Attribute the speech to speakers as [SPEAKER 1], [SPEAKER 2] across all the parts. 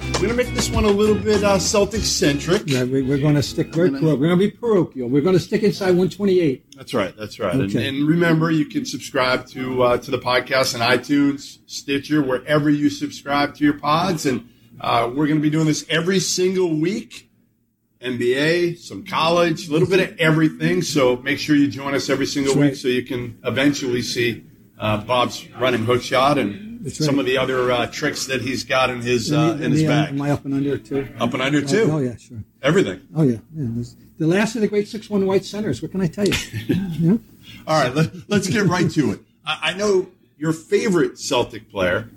[SPEAKER 1] going a little bit uh, Celtic centric.
[SPEAKER 2] Yeah, we, we're going to stick. We're, we're going to be parochial. We're going to stick inside 128.
[SPEAKER 1] That's right. That's right.
[SPEAKER 2] Okay.
[SPEAKER 1] And, and remember, you can subscribe to uh, to the podcast on iTunes, Stitcher, wherever you subscribe to your pods. And uh, we're going to be doing this every single week. NBA, some college, a little bit of everything. So make sure you join us every single
[SPEAKER 2] That's
[SPEAKER 1] week
[SPEAKER 2] right.
[SPEAKER 1] so you can eventually see uh, Bob's running hook shot and
[SPEAKER 2] That's
[SPEAKER 1] some
[SPEAKER 2] right.
[SPEAKER 1] of the other uh, tricks that he's got in his uh, in his
[SPEAKER 2] the,
[SPEAKER 1] bag.
[SPEAKER 2] Am I up and under too?
[SPEAKER 1] Up and under
[SPEAKER 2] Oh, oh
[SPEAKER 1] too.
[SPEAKER 2] yeah, sure.
[SPEAKER 1] Everything.
[SPEAKER 2] Oh yeah. yeah. This- The last of the great six-one white centers. What can I tell you? Yeah.
[SPEAKER 1] All right, let, let's get right to it. I, I know your favorite Celtic player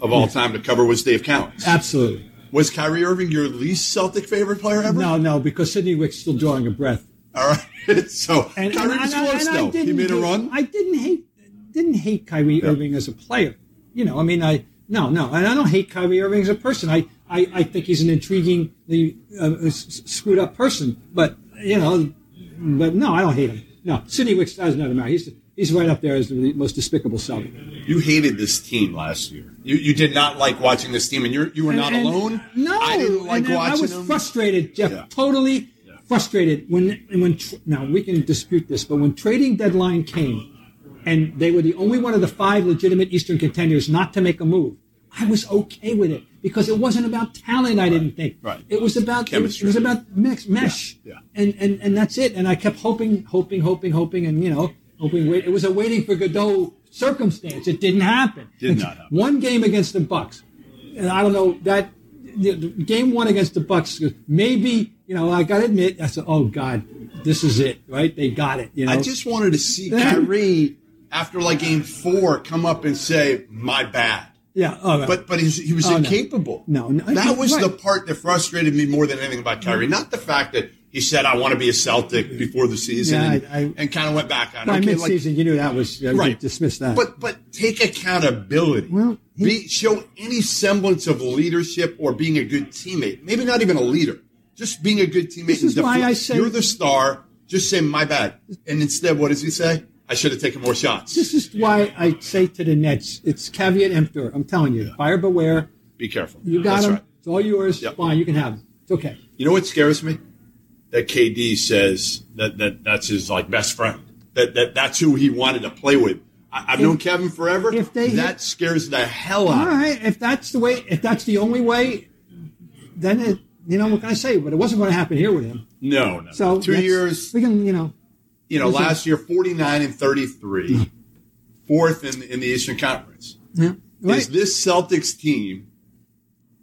[SPEAKER 1] of all time to cover was Dave Cowens.
[SPEAKER 2] Absolutely.
[SPEAKER 1] Was Kyrie Irving your least Celtic favorite player ever?
[SPEAKER 2] No, no, because Sidney Wick's still drawing a breath.
[SPEAKER 1] All right, so
[SPEAKER 2] And,
[SPEAKER 1] Kyrie
[SPEAKER 2] and-
[SPEAKER 1] was
[SPEAKER 2] and-
[SPEAKER 1] close
[SPEAKER 2] and I
[SPEAKER 1] though. He
[SPEAKER 2] didn't
[SPEAKER 1] made a
[SPEAKER 2] hate-
[SPEAKER 1] run.
[SPEAKER 2] I didn't hate didn't hate Kyrie Irving as a player. You know, I mean, I no, no, and I don't hate Kyrie Irving as a person. I I, I think he's an intriguingly uh, s- screwed up person, but you know, but no, I don't hate him. No, Sidney Wicks does not matter. He's he's right up there as the most despicable Celtic.
[SPEAKER 1] You hated this team last year. You, you did not like watching this team, and you you were not
[SPEAKER 2] And- and-
[SPEAKER 1] alone.
[SPEAKER 2] No,
[SPEAKER 1] I didn't like
[SPEAKER 2] and then
[SPEAKER 1] watching
[SPEAKER 2] I was
[SPEAKER 1] them.
[SPEAKER 2] frustrated, Jeff.
[SPEAKER 1] Yeah.
[SPEAKER 2] Totally frustrated when when tr- now we can dispute this, but when trading deadline came, and they were the only one of the five legitimate Eastern contenders not to make a move. I was okay with it because it wasn't about talent. I didn't think.
[SPEAKER 1] right.
[SPEAKER 2] It was about it was, it was
[SPEAKER 1] Chemistry.
[SPEAKER 2] about mix, mesh.
[SPEAKER 1] Yeah,
[SPEAKER 2] And, and and that's it. And I kept hoping, hoping, hoping, hoping, and you know, hoping. Wait, it was a waiting for Godot circumstance. It didn't happen.
[SPEAKER 1] Did not happen.
[SPEAKER 2] One game against the Bucks, and I don't know that the- the game one against the Bucks. Maybe you know, I got to admit, I said, oh God, this is it, right? They got it. You know,
[SPEAKER 1] I just wanted to see Kyrie after like game four come up and say, "My bad."
[SPEAKER 2] yeah. All right.
[SPEAKER 1] But but he's, he was
[SPEAKER 2] Oh, no.
[SPEAKER 1] incapable.
[SPEAKER 2] No, no,
[SPEAKER 1] that
[SPEAKER 2] he's
[SPEAKER 1] was
[SPEAKER 2] right.
[SPEAKER 1] the part that frustrated me more than anything about Kyrie. Not the fact that he said, "I want to be a Celtic" before the season,
[SPEAKER 2] Yeah,
[SPEAKER 1] and,
[SPEAKER 2] I- I-
[SPEAKER 1] and kind of went back on. it.
[SPEAKER 2] by
[SPEAKER 1] Okay, like-
[SPEAKER 2] midseason, you knew that was uh,
[SPEAKER 1] right,
[SPEAKER 2] Dismiss that.
[SPEAKER 1] But but take accountability.
[SPEAKER 2] Well, he-
[SPEAKER 1] be, show any semblance of leadership or being a good teammate. Maybe not even a leader. Just being a good teammate.
[SPEAKER 2] This
[SPEAKER 1] and
[SPEAKER 2] is why
[SPEAKER 1] deflect.
[SPEAKER 2] I say-
[SPEAKER 1] you're the star. Just say my bad. And instead, what does he say? I should have taken more shots.
[SPEAKER 2] this is why I say to the Nets, it's caveat emptor. I'm telling you, buyer beware.
[SPEAKER 1] Be careful.
[SPEAKER 2] You got
[SPEAKER 1] That's
[SPEAKER 2] them.
[SPEAKER 1] right.
[SPEAKER 2] It's all yours.
[SPEAKER 1] Yep.
[SPEAKER 2] Fine, you can have them. It's okay.
[SPEAKER 1] You know what scares me? That KD says that, that that's his like best friend. That, that that's who he wanted to play with. I, I've known Kevin forever.
[SPEAKER 2] if they-
[SPEAKER 1] that scares the hell
[SPEAKER 2] All
[SPEAKER 1] out. of me.
[SPEAKER 2] right. If that's the way, if that's the only way, then it, you know what can I say? But it wasn't going to happen here with him.
[SPEAKER 1] No, no.
[SPEAKER 2] So
[SPEAKER 1] two
[SPEAKER 2] that's-
[SPEAKER 1] years.
[SPEAKER 2] We can, you know,
[SPEAKER 1] You know,
[SPEAKER 2] listen.
[SPEAKER 1] last year forty nine and thirty three, fourth in in the Eastern Conference.
[SPEAKER 2] yeah, right.
[SPEAKER 1] Is this Celtics team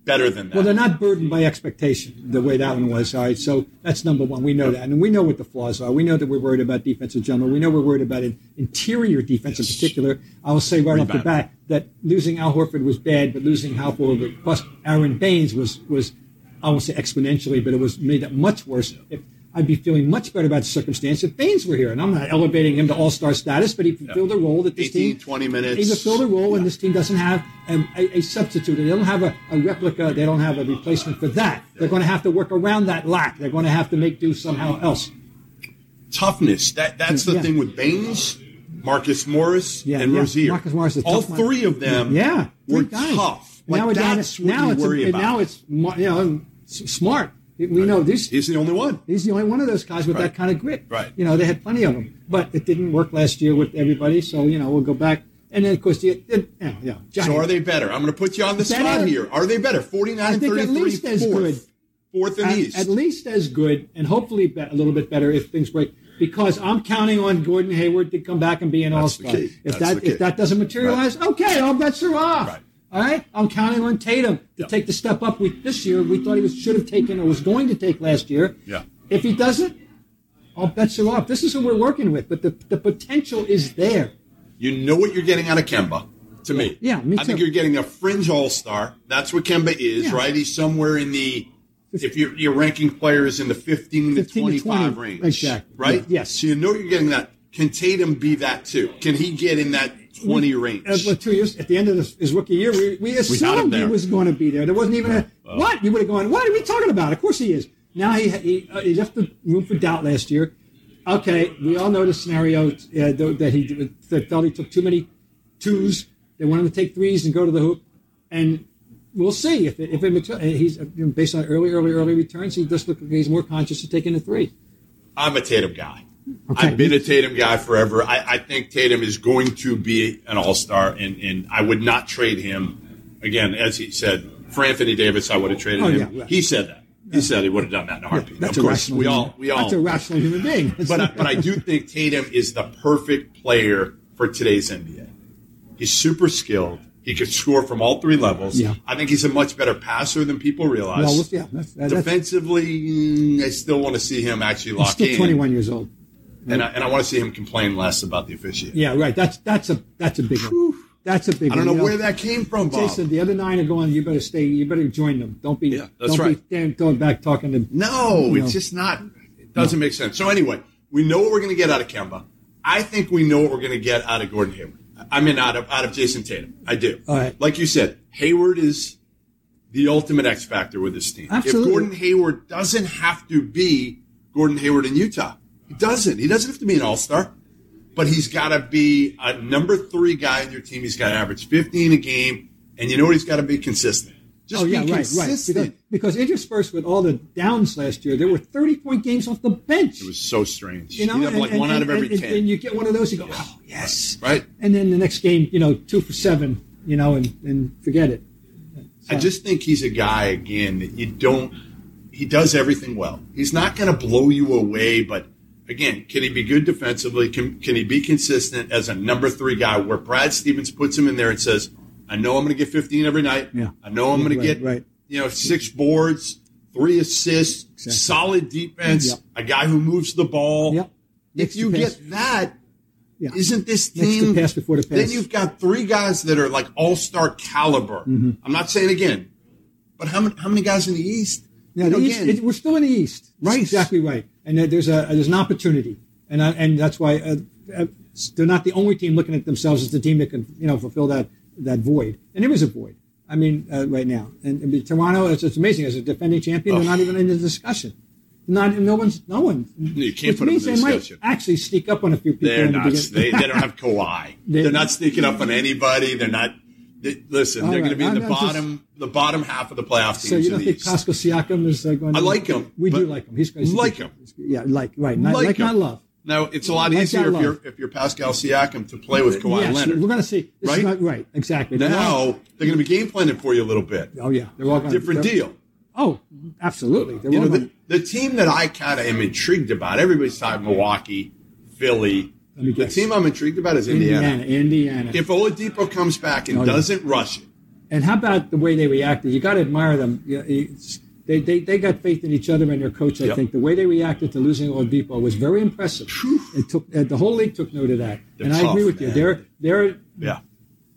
[SPEAKER 1] better than that?
[SPEAKER 2] Well, they're not burdened by expectation the way that one was. All right, so that's number one. We know that, and we know what the flaws are. We know that we're worried about defensive general. We know we're worried about an interior defense in particular. I will say right off the
[SPEAKER 1] Rebound.
[SPEAKER 2] bat that losing Al Horford was bad, but losing Al Horford plus Aaron Baines was was I won't say exponentially, but it was made that much worse. If I'd be feeling much better about the circumstance if Baines were here, and I'm not elevating him to All Star status, but he fulfilled a role that this
[SPEAKER 1] 18,
[SPEAKER 2] team
[SPEAKER 1] 20 minutes.
[SPEAKER 2] he fulfilled a role, and this team doesn't have um, a, a substitute. They don't have a, a replica. They don't have a replacement for that. They're going to have to work around that lack. They're going to have to make do somehow else.
[SPEAKER 1] toughness. That that's the
[SPEAKER 2] Yeah.
[SPEAKER 1] thing with Baines, Marcus Morris,
[SPEAKER 2] Yeah,
[SPEAKER 1] and
[SPEAKER 2] yeah.
[SPEAKER 1] Rozier.
[SPEAKER 2] Marcus Morris is a
[SPEAKER 1] all
[SPEAKER 2] tough one.
[SPEAKER 1] three of them.
[SPEAKER 2] Yeah,
[SPEAKER 1] were
[SPEAKER 2] three guys.
[SPEAKER 1] tough. Like
[SPEAKER 2] we're down
[SPEAKER 1] that's
[SPEAKER 2] to-
[SPEAKER 1] what you
[SPEAKER 2] it's
[SPEAKER 1] worry about.
[SPEAKER 2] now it's mo- you know s- smart. We know these.
[SPEAKER 1] He's the only one.
[SPEAKER 2] He's the only one of those guys with
[SPEAKER 1] Right.
[SPEAKER 2] that kind of grit.
[SPEAKER 1] Right.
[SPEAKER 2] You know, they had plenty of them, but it didn't work last year with everybody. So you know, we'll go back, and then of course the, the yeah, yeah. Johnny-
[SPEAKER 1] So are they better? I'm going to put you on the
[SPEAKER 2] Better?
[SPEAKER 1] spot here. Are they better? 49
[SPEAKER 2] I think at
[SPEAKER 1] 33
[SPEAKER 2] least as
[SPEAKER 1] fourth.
[SPEAKER 2] good.
[SPEAKER 1] Fourth in the
[SPEAKER 2] at,
[SPEAKER 1] East.
[SPEAKER 2] at least as good and hopefully be- a little bit better if things break because I'm counting on Gordon Hayward to come back and be an all
[SPEAKER 1] That's the
[SPEAKER 2] star.
[SPEAKER 1] key.
[SPEAKER 2] If
[SPEAKER 1] That's
[SPEAKER 2] that
[SPEAKER 1] the key.
[SPEAKER 2] if that doesn't materialize, okay, all bets are off.
[SPEAKER 1] Right.
[SPEAKER 2] All right, I'm counting on Tatum to take the step up. We this year we thought he was, should have taken or was going to take last year.
[SPEAKER 1] Yeah.
[SPEAKER 2] If he doesn't, all bets are off. This is who we're working with, but the the potential is there.
[SPEAKER 1] you know what you're getting out of Kemba. To me,
[SPEAKER 2] Yeah, me
[SPEAKER 1] I think
[SPEAKER 2] too.
[SPEAKER 1] you're getting a fringe all star. That's what Kemba is,
[SPEAKER 2] Yeah.
[SPEAKER 1] right? He's somewhere in the if you're, you're ranking players in the 15 to
[SPEAKER 2] 15 to
[SPEAKER 1] 25
[SPEAKER 2] 20,
[SPEAKER 1] range,
[SPEAKER 2] exactly.
[SPEAKER 1] Right?
[SPEAKER 2] Yes.
[SPEAKER 1] So you know you're getting that. Can Tatum be that too? Can he get in that 20 range?
[SPEAKER 2] Uh, well, two years at the end of this, his rookie year, we, we assumed he
[SPEAKER 1] there.
[SPEAKER 2] was going to be there. There wasn't even a what you would have gone. What are we talking about? Of course he is. Now he he, uh, he left the room for doubt last year. Okay, we all know the scenario uh, th- that he that felt he took too many twos. They wanted him to take threes and go to the hoop, and we'll see if it, if it mater- he's uh, based on early, early, early returns. He does look like he's more conscious of taking a three.
[SPEAKER 1] I'm a Tatum guy.
[SPEAKER 2] Okay.
[SPEAKER 1] I've been a Tatum guy forever. I, I think Tatum is going to be an all star, and, and I would not trade him. Again, as he said, for Anthony Davis, I would have traded
[SPEAKER 2] Oh,
[SPEAKER 1] him.
[SPEAKER 2] yeah, right.
[SPEAKER 1] He said that. He said he would have done that in a heartbeat.
[SPEAKER 2] That's
[SPEAKER 1] of
[SPEAKER 2] a
[SPEAKER 1] course,
[SPEAKER 2] rational.
[SPEAKER 1] we
[SPEAKER 2] human-
[SPEAKER 1] all we all.
[SPEAKER 2] That's a rational human being.
[SPEAKER 1] but I, but I do think Tatum is the perfect player for today's NBA. He's super skilled. He can score from all three levels.
[SPEAKER 2] Yeah.
[SPEAKER 1] I think he's a much better passer than people realize.
[SPEAKER 2] well, yeah, that's, that's,
[SPEAKER 1] Defensively, mm, I still want to see him actually
[SPEAKER 2] he's
[SPEAKER 1] lock
[SPEAKER 2] still
[SPEAKER 1] in.
[SPEAKER 2] 21 years old.
[SPEAKER 1] and I, and I want to see him complain less about the officiating.
[SPEAKER 2] Yeah, right. That's that's a that's a big one. That's a big.
[SPEAKER 1] I don't know
[SPEAKER 2] one. You
[SPEAKER 1] where that came from, Bob.
[SPEAKER 2] Jason, the other nine are going. You better stay. You better join them. Don't be.
[SPEAKER 1] Yeah, that's
[SPEAKER 2] don't
[SPEAKER 1] right.
[SPEAKER 2] be damn, going back talking to.
[SPEAKER 1] no,
[SPEAKER 2] No.
[SPEAKER 1] it's just not. It doesn't make sense. So anyway, we know what we're going to get out of Kemba. I think we know what we're going to get out of Gordon Hayward. I mean, out of out of Jason Tatum. I do.
[SPEAKER 2] All right.
[SPEAKER 1] Like you said, Hayward is the ultimate X factor with this team.
[SPEAKER 2] Absolutely.
[SPEAKER 1] If Gordon Hayward doesn't have to be Gordon Hayward in Utah, he doesn't. He doesn't have to be an All Star. but he's got to be a number three guy on your team. He's got to average 15 a game, and you know what? He's got to be consistent. Just
[SPEAKER 2] Oh yeah,
[SPEAKER 1] be
[SPEAKER 2] right, right.
[SPEAKER 1] consistent.
[SPEAKER 2] Because, because interspersed with all the downs last year, there were thirty-point games off the bench.
[SPEAKER 1] It was so strange.
[SPEAKER 2] you know,
[SPEAKER 1] You'd have like one out of every
[SPEAKER 2] and,
[SPEAKER 1] 10,
[SPEAKER 2] and you get one of those, you go, oh yes,
[SPEAKER 1] right?
[SPEAKER 2] And then the next game, you know, two for seven, you know, and and forget it.
[SPEAKER 1] I just think he's a guy, again, that you don't, he does everything well. He's not going to blow you away, but again, can he be good defensively? Can, can he be consistent as a number three guy where Brad Stevens puts him in there and says, I know I'm going to get 15 every night.
[SPEAKER 2] Yeah.
[SPEAKER 1] I know I'm
[SPEAKER 2] Yeah,
[SPEAKER 1] going
[SPEAKER 2] right,
[SPEAKER 1] to get
[SPEAKER 2] right.
[SPEAKER 1] you know, six boards, three assists, solid defense,
[SPEAKER 2] Yep.
[SPEAKER 1] a guy who moves the ball.
[SPEAKER 2] Yep. Makes
[SPEAKER 1] If you
[SPEAKER 2] the pass.
[SPEAKER 1] get that,
[SPEAKER 2] Yeah.
[SPEAKER 1] not this
[SPEAKER 2] Makes the
[SPEAKER 1] team
[SPEAKER 2] pass before the
[SPEAKER 1] Then
[SPEAKER 2] pass.
[SPEAKER 1] you've got three guys that are like all star caliber.
[SPEAKER 2] Mm-hmm.
[SPEAKER 1] I'm not saying again, but how many how many guys in the East?
[SPEAKER 2] Yeah,
[SPEAKER 1] You
[SPEAKER 2] the
[SPEAKER 1] know,
[SPEAKER 2] East,
[SPEAKER 1] again,
[SPEAKER 2] it, we're still in the East. That's
[SPEAKER 1] Right.
[SPEAKER 2] exactly right. And there- there's a there's an opportunity, and I, and that's why uh, uh, they're not the only team looking at themselves as the team that can you know fulfill that that void. And there is a void. I mean, uh, right now, and, and Toronto, it's, it's amazing as a defending champion. They're not even in the discussion. Not no one's no one.
[SPEAKER 1] you can't
[SPEAKER 2] which
[SPEAKER 1] put them in
[SPEAKER 2] means
[SPEAKER 1] the
[SPEAKER 2] they
[SPEAKER 1] discussion.
[SPEAKER 2] might actually sneak up on a few people.
[SPEAKER 1] they're
[SPEAKER 2] in the
[SPEAKER 1] not.
[SPEAKER 2] beginning.
[SPEAKER 1] They, they don't have Kawhi.
[SPEAKER 2] They-
[SPEAKER 1] They're, not sneaking up on anybody. They're not. They, listen,
[SPEAKER 2] All
[SPEAKER 1] they're going
[SPEAKER 2] right,
[SPEAKER 1] to be in
[SPEAKER 2] I'm
[SPEAKER 1] the
[SPEAKER 2] not just-
[SPEAKER 1] bottom the bottom half of the playoff teams
[SPEAKER 2] so you
[SPEAKER 1] in
[SPEAKER 2] don't
[SPEAKER 1] the
[SPEAKER 2] think
[SPEAKER 1] East.
[SPEAKER 2] Pascal Siakam is uh, going? to...
[SPEAKER 1] I like him,
[SPEAKER 2] We do
[SPEAKER 1] but-
[SPEAKER 2] like him. He's he's-
[SPEAKER 1] Like him.
[SPEAKER 2] Yeah, like right. Not, like,
[SPEAKER 1] him.
[SPEAKER 2] not love.
[SPEAKER 1] Now it's a lot
[SPEAKER 2] Like
[SPEAKER 1] easier
[SPEAKER 2] not
[SPEAKER 1] if you're
[SPEAKER 2] love.
[SPEAKER 1] if you're Pascal Siakam to play with Kawhi
[SPEAKER 2] yes,
[SPEAKER 1] Leonard.
[SPEAKER 2] We're going to see. This is
[SPEAKER 1] Right?
[SPEAKER 2] not right. Exactly. They're all-
[SPEAKER 1] Now they're going to be game planning for you a little bit.
[SPEAKER 2] oh yeah, they're all gonna,
[SPEAKER 1] Different
[SPEAKER 2] they're-
[SPEAKER 1] deal.
[SPEAKER 2] Oh, absolutely. They're
[SPEAKER 1] You
[SPEAKER 2] all
[SPEAKER 1] know, the,
[SPEAKER 2] gonna-
[SPEAKER 1] the team that I kind of am intrigued about, everybody's talking Milwaukee, Philly.
[SPEAKER 2] Let me
[SPEAKER 1] The
[SPEAKER 2] guess.
[SPEAKER 1] team I'm intrigued about is Indiana.
[SPEAKER 2] Indiana, Indiana.
[SPEAKER 1] If Oladipo comes back and
[SPEAKER 2] Oh, yeah.
[SPEAKER 1] doesn't rush it,
[SPEAKER 2] and how about the way they reacted? You got to admire them. You- it's- They, they, they got faith in each other and their coach. I
[SPEAKER 1] Yep.
[SPEAKER 2] think the way they reacted to losing Oladipo was very impressive. It took uh, the whole league took note of that,
[SPEAKER 1] They're
[SPEAKER 2] and I
[SPEAKER 1] tough,
[SPEAKER 2] agree with you.
[SPEAKER 1] man.
[SPEAKER 2] They're they're
[SPEAKER 1] yeah.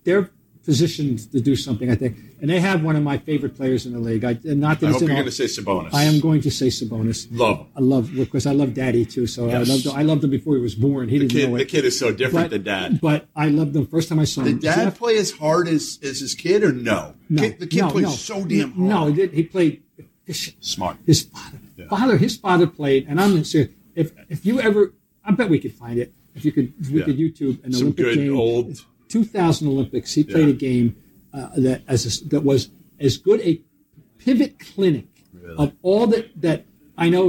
[SPEAKER 2] they're positioned to do something. I think, and they have one of my favorite players in the league. I and not that
[SPEAKER 1] I
[SPEAKER 2] it's
[SPEAKER 1] hope
[SPEAKER 2] in
[SPEAKER 1] you're
[SPEAKER 2] all-
[SPEAKER 1] going to say Sabonis.
[SPEAKER 2] I am going to say Sabonis.
[SPEAKER 1] Love him.
[SPEAKER 2] I love because I love Daddy too. So
[SPEAKER 1] Yes.
[SPEAKER 2] I loved I loved him before he was born. He
[SPEAKER 1] The
[SPEAKER 2] didn't
[SPEAKER 1] kid,
[SPEAKER 2] know
[SPEAKER 1] the
[SPEAKER 2] it.
[SPEAKER 1] kid is so different than dad.
[SPEAKER 2] But I loved him first time I saw him.
[SPEAKER 1] Did dad
[SPEAKER 2] Jeff-
[SPEAKER 1] play as hard as, as his kid or no?
[SPEAKER 2] no,
[SPEAKER 1] Kid- the kid
[SPEAKER 2] no,
[SPEAKER 1] plays
[SPEAKER 2] no.
[SPEAKER 1] so damn hard.
[SPEAKER 2] No, he, did, he played efficient.
[SPEAKER 1] Smart.
[SPEAKER 2] His father,
[SPEAKER 1] Yeah.
[SPEAKER 2] father, his father played, and I'm serious. If if you ever, I bet we could find it. If you could, if we
[SPEAKER 1] Yeah.
[SPEAKER 2] could YouTube an
[SPEAKER 1] Some
[SPEAKER 2] Olympic
[SPEAKER 1] good
[SPEAKER 2] game,
[SPEAKER 1] old-
[SPEAKER 2] 2000 Olympics. He played a game uh, that as a, that was as good a pivot clinic of all that that I know.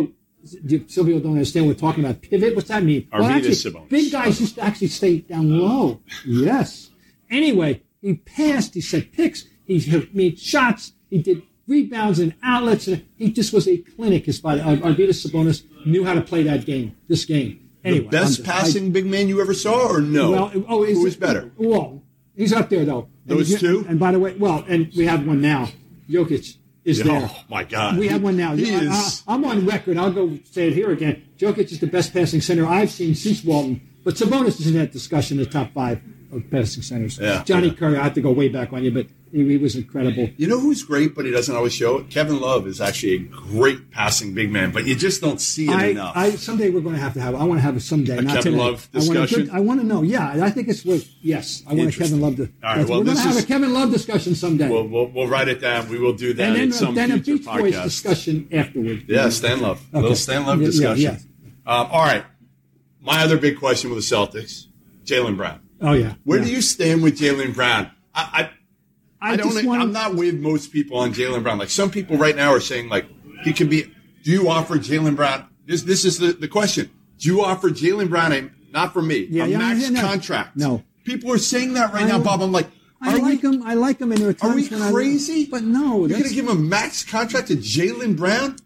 [SPEAKER 2] Some people don't understand what we're talking about. Pivot, what's that mean?
[SPEAKER 1] Arvidas
[SPEAKER 2] actually,
[SPEAKER 1] Sabonis.
[SPEAKER 2] big guys used to actually stay down low. Yes. Anyway, he passed. He set picks. He hit- made shots. He did rebounds and outlets. And he just was a clinic. His body. Ar- Arvidas Sabonis knew how to play that game. This game. Anyway, I'm
[SPEAKER 1] Best
[SPEAKER 2] just- I-
[SPEAKER 1] passing big man you ever saw or no?
[SPEAKER 2] well, oh, is
[SPEAKER 1] Who
[SPEAKER 2] it-
[SPEAKER 1] is better?
[SPEAKER 2] Well, he's up there though. And
[SPEAKER 1] Those
[SPEAKER 2] he's-
[SPEAKER 1] two?
[SPEAKER 2] And by the way, well, and we have one now. Jokic is there.
[SPEAKER 1] Oh, my God.
[SPEAKER 2] We have one now.
[SPEAKER 1] He
[SPEAKER 2] I,
[SPEAKER 1] is-
[SPEAKER 2] am on record. I'll go say it here again. Jokic is the best passing center I've seen since Walton, but Sabonis is in that discussion, the top five of passing centers.
[SPEAKER 1] Yeah,
[SPEAKER 2] Johnny
[SPEAKER 1] yeah.
[SPEAKER 2] Curry, I have to go way back on you, but he, he was incredible.
[SPEAKER 1] You know who's great, but he doesn't always show it? Kevin Love is actually a great passing big man, but you just don't see it
[SPEAKER 2] I,
[SPEAKER 1] enough.
[SPEAKER 2] I someday we're going to have to have. I want to have a someday. not
[SPEAKER 1] Kevin
[SPEAKER 2] today.
[SPEAKER 1] Love
[SPEAKER 2] I want, a
[SPEAKER 1] discussion?
[SPEAKER 2] good, I want to know. Yeah, I think it's worth. Yes, I want a Kevin
[SPEAKER 1] Interesting.
[SPEAKER 2] Love. To,
[SPEAKER 1] All right, well,
[SPEAKER 2] we're going to
[SPEAKER 1] this
[SPEAKER 2] have
[SPEAKER 1] is-
[SPEAKER 2] a Kevin Love discussion someday.
[SPEAKER 1] We'll, we'll, we'll write it down. We will do that
[SPEAKER 2] and
[SPEAKER 1] in
[SPEAKER 2] then,
[SPEAKER 1] some
[SPEAKER 2] a, then a
[SPEAKER 1] future
[SPEAKER 2] Beach Boys
[SPEAKER 1] podcast.
[SPEAKER 2] discussion afterward.
[SPEAKER 1] yeah, Stan Love. A little
[SPEAKER 2] Okay.
[SPEAKER 1] Stan Love
[SPEAKER 2] Yeah, yeah,
[SPEAKER 1] discussion.
[SPEAKER 2] yeah.
[SPEAKER 1] Um, all right. My other big question with the Celtics, Jalen Brown.
[SPEAKER 2] Oh yeah.
[SPEAKER 1] Where
[SPEAKER 2] Yeah.
[SPEAKER 1] do you stand with Jalen Brown? I, I, don't. e-
[SPEAKER 2] just want
[SPEAKER 1] I'm not with most people on Jalen Brown. Like some people right now are saying, like he can be. Do you offer Jalen Brown? This this is the, the question. Do you offer Jalen Brown a not for me
[SPEAKER 2] Yeah,
[SPEAKER 1] a
[SPEAKER 2] yeah,
[SPEAKER 1] max
[SPEAKER 2] yeah, no.
[SPEAKER 1] contract?
[SPEAKER 2] No.
[SPEAKER 1] People are saying that right
[SPEAKER 2] I-
[SPEAKER 1] now, Bob. I'm like,
[SPEAKER 2] I
[SPEAKER 1] are
[SPEAKER 2] like
[SPEAKER 1] we,
[SPEAKER 2] him. I like him. And there are
[SPEAKER 1] Are we
[SPEAKER 2] times when I-
[SPEAKER 1] crazy?
[SPEAKER 2] but no,
[SPEAKER 1] You're gonna
[SPEAKER 2] that's,
[SPEAKER 1] give him a max contract to Jalen Brown?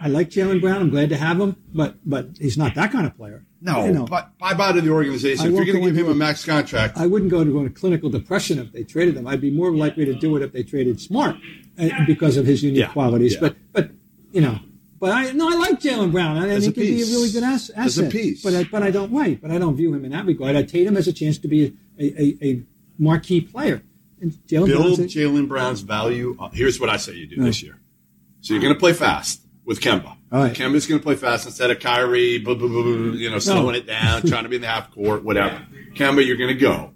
[SPEAKER 2] I like Jalen Brown. I'm glad to have him, but but he's not that kind of player.
[SPEAKER 1] No,
[SPEAKER 2] You know,
[SPEAKER 1] but bye bye to the organization.
[SPEAKER 2] I
[SPEAKER 1] if you're
[SPEAKER 2] won't
[SPEAKER 1] going
[SPEAKER 2] go
[SPEAKER 1] to give
[SPEAKER 2] into
[SPEAKER 1] him a
[SPEAKER 2] it.
[SPEAKER 1] max contract,
[SPEAKER 2] I wouldn't go into a clinical depression if they traded him. I'd be more likely to do it if they traded Smart uh, because of his unique
[SPEAKER 1] Yeah,
[SPEAKER 2] qualities.
[SPEAKER 1] yeah.
[SPEAKER 2] But but you know, but I no, I like Jalen Brown. I think
[SPEAKER 1] As
[SPEAKER 2] he
[SPEAKER 1] a
[SPEAKER 2] can be a
[SPEAKER 1] piece.
[SPEAKER 2] really good ass, asset.
[SPEAKER 1] As a piece.
[SPEAKER 2] But I, but I don't wait. But I don't view him in that regard. I Tatum has a chance to be a, a, a marquee player. And Jalen
[SPEAKER 1] build
[SPEAKER 2] Brown's a-
[SPEAKER 1] Jalen Brown's value. Up. Here's what I say you do this year. So you're going to play fast with Kemba.
[SPEAKER 2] All right.
[SPEAKER 1] Kemba's going to play fast instead of Kyrie, blah, blah, blah, blah, you know, slowing it down, trying to be in the half court, whatever. Kemba, you're going to go.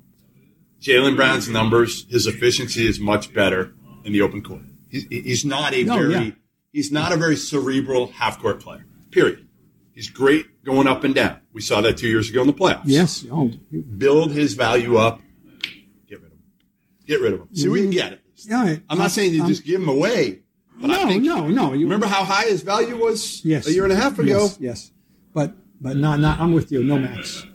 [SPEAKER 1] Jalen Brown's numbers, his efficiency is much better in the open court. He's, he's not a
[SPEAKER 2] No,
[SPEAKER 1] very
[SPEAKER 2] yeah.
[SPEAKER 1] he's not a very cerebral half court player. Period. He's great going up and down. We saw that two years ago in the playoffs
[SPEAKER 2] yes. Oh,
[SPEAKER 1] build his value up, get rid of him. Get rid of him. See, we can get it.
[SPEAKER 2] all right.
[SPEAKER 1] I'm not saying you
[SPEAKER 2] Um,
[SPEAKER 1] just give him away. But I
[SPEAKER 2] no,
[SPEAKER 1] think,
[SPEAKER 2] no, no. You
[SPEAKER 1] Remember how high his value was
[SPEAKER 2] yes.
[SPEAKER 1] a year and a half ago?
[SPEAKER 2] Yes, yes. but but not not. I'm with you. No max.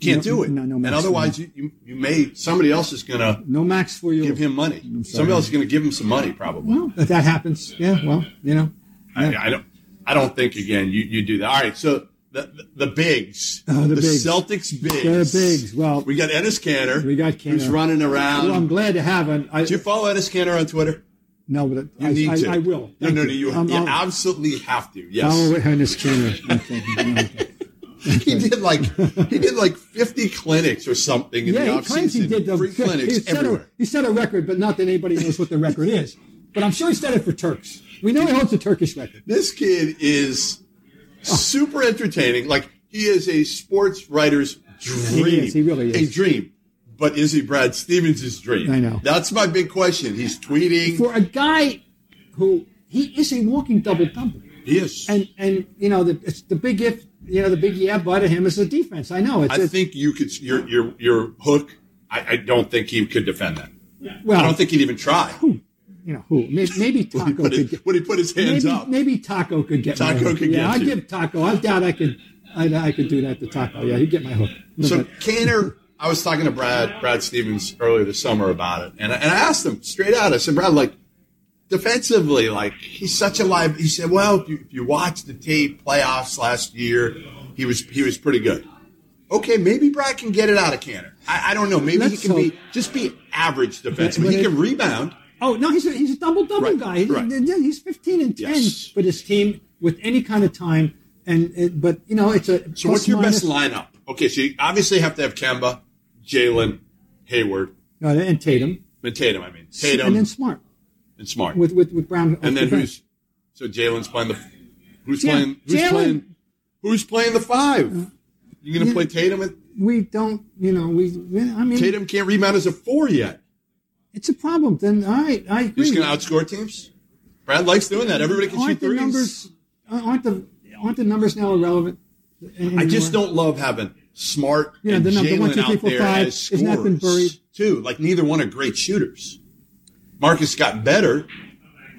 [SPEAKER 1] Can't
[SPEAKER 2] No,
[SPEAKER 1] do it.
[SPEAKER 2] no, no,
[SPEAKER 1] and
[SPEAKER 2] Max,
[SPEAKER 1] otherwise, you, you, you may, somebody else is going to
[SPEAKER 2] No max for you.
[SPEAKER 1] give him money.
[SPEAKER 2] sorry.
[SPEAKER 1] Somebody else is going to give him some money, probably.
[SPEAKER 2] Well, if that happens, yeah. Well, you know.
[SPEAKER 1] I, I don't. I don't think again. You, you do that. All right. So the the, the bigs,
[SPEAKER 2] Oh, the
[SPEAKER 1] the
[SPEAKER 2] bigs.
[SPEAKER 1] Celtics bigs.
[SPEAKER 2] They're bigs. Well-
[SPEAKER 1] we got Ennis Canner.
[SPEAKER 2] We got
[SPEAKER 1] who's
[SPEAKER 2] Kanter.
[SPEAKER 1] running around.
[SPEAKER 2] Well, I'm glad to have an. I,
[SPEAKER 1] do you follow Ennis Canner on Twitter?
[SPEAKER 2] no, but
[SPEAKER 1] You
[SPEAKER 2] I,
[SPEAKER 1] need
[SPEAKER 2] I,
[SPEAKER 1] to.
[SPEAKER 2] I will.
[SPEAKER 1] No,
[SPEAKER 2] Thank
[SPEAKER 1] no, no. You,
[SPEAKER 2] I'm,
[SPEAKER 1] you
[SPEAKER 2] I'm,
[SPEAKER 1] absolutely have to. Yes.
[SPEAKER 2] I'm with Ernest Kanter. Okay. Okay.
[SPEAKER 1] he did like he did like fifty clinics or something in the
[SPEAKER 2] yeah, he
[SPEAKER 1] off
[SPEAKER 2] claims he did the
[SPEAKER 1] free clinics
[SPEAKER 2] he set, a,
[SPEAKER 1] everywhere.
[SPEAKER 2] he set a record, but not that anybody knows what the record is. But I'm sure he set it for Turks. We know he holds the Turkish record.
[SPEAKER 1] This kid is
[SPEAKER 2] Oh.
[SPEAKER 1] super entertaining. Like he is a sports writer's dream.
[SPEAKER 2] He is, he really is.
[SPEAKER 1] A dream. But is he Brad Stevens' dream?
[SPEAKER 2] I know.
[SPEAKER 1] That's my big question. He's tweeting.
[SPEAKER 2] For a guy who he is a walking double double.
[SPEAKER 1] he is.
[SPEAKER 2] And and you know the it's the big if you know the big yeah but of him is the defense. I know it's,
[SPEAKER 1] I
[SPEAKER 2] it's
[SPEAKER 1] think you could your your your hook. I, I don't think he could defend that.
[SPEAKER 2] well
[SPEAKER 1] I don't think he'd even try.
[SPEAKER 2] you know Oh. who May- maybe
[SPEAKER 1] Would he
[SPEAKER 2] Taco
[SPEAKER 1] put
[SPEAKER 2] could
[SPEAKER 1] his,
[SPEAKER 2] get,
[SPEAKER 1] would he put his hands
[SPEAKER 2] maybe,
[SPEAKER 1] up?
[SPEAKER 2] maybe Taco could get my
[SPEAKER 1] Taco
[SPEAKER 2] hook.
[SPEAKER 1] could
[SPEAKER 2] yeah,
[SPEAKER 1] get
[SPEAKER 2] I'd
[SPEAKER 1] you.
[SPEAKER 2] give Taco. I doubt I could. I, I could do that to Taco. Yeah, he'd get my hook. No,
[SPEAKER 1] So
[SPEAKER 2] but-
[SPEAKER 1] Canner, I was talking to Brad Brad Stevens earlier this summer about it, and I, and I asked him straight out. I said, Brad, like defensively, like he's such a live. He said, well, if you, if you watch the tape playoffs last year, he was he was pretty good. Okay, maybe Brad can get it out of Canner. I, I don't know. Maybe
[SPEAKER 2] Let's
[SPEAKER 1] he can be
[SPEAKER 2] hope.
[SPEAKER 1] just be average defenseman.
[SPEAKER 2] But
[SPEAKER 1] He
[SPEAKER 2] it-
[SPEAKER 1] can rebound.
[SPEAKER 2] oh no, he's a, he's a double double
[SPEAKER 1] Right,
[SPEAKER 2] guy. He-
[SPEAKER 1] right.
[SPEAKER 2] yeah, He's fifteen and ten
[SPEAKER 1] Yes.
[SPEAKER 2] with his team with any kind of time. And it, but you know it's a
[SPEAKER 1] So what's your best lineup? Okay, so you obviously have to have Kemba, Jalen, Hayward,
[SPEAKER 2] and Tatum,
[SPEAKER 1] and Tatum. I mean
[SPEAKER 2] and
[SPEAKER 1] Tatum
[SPEAKER 2] then
[SPEAKER 1] and,
[SPEAKER 2] Smart
[SPEAKER 1] Smart.
[SPEAKER 2] with with with Brown. off
[SPEAKER 1] And then
[SPEAKER 2] the bench.
[SPEAKER 1] who's so Jalen's playing the who's
[SPEAKER 2] Yeah,
[SPEAKER 1] playing who's
[SPEAKER 2] Jalen-
[SPEAKER 1] playing who's playing the five? You gonna play Tatum? And,
[SPEAKER 2] we don't you know we I mean
[SPEAKER 1] Tatum can't rebound as a four yet.
[SPEAKER 2] it's a problem. Then all right, I agree.
[SPEAKER 1] He's gonna outscore teams. Brad likes doing that. Everybody can shoot
[SPEAKER 2] aren't the
[SPEAKER 1] threes.
[SPEAKER 2] numbers aren't the aren't the numbers now irrelevant?
[SPEAKER 1] I just
[SPEAKER 2] anymore?
[SPEAKER 1] don't love having Smart
[SPEAKER 2] Yeah,
[SPEAKER 1] and
[SPEAKER 2] the number
[SPEAKER 1] Jalen
[SPEAKER 2] one, two, three,
[SPEAKER 1] out
[SPEAKER 2] four,
[SPEAKER 1] there
[SPEAKER 2] five
[SPEAKER 1] as
[SPEAKER 2] has not been
[SPEAKER 1] scorers,
[SPEAKER 2] buried.
[SPEAKER 1] too. Like neither one are great shooters. Marcus got better.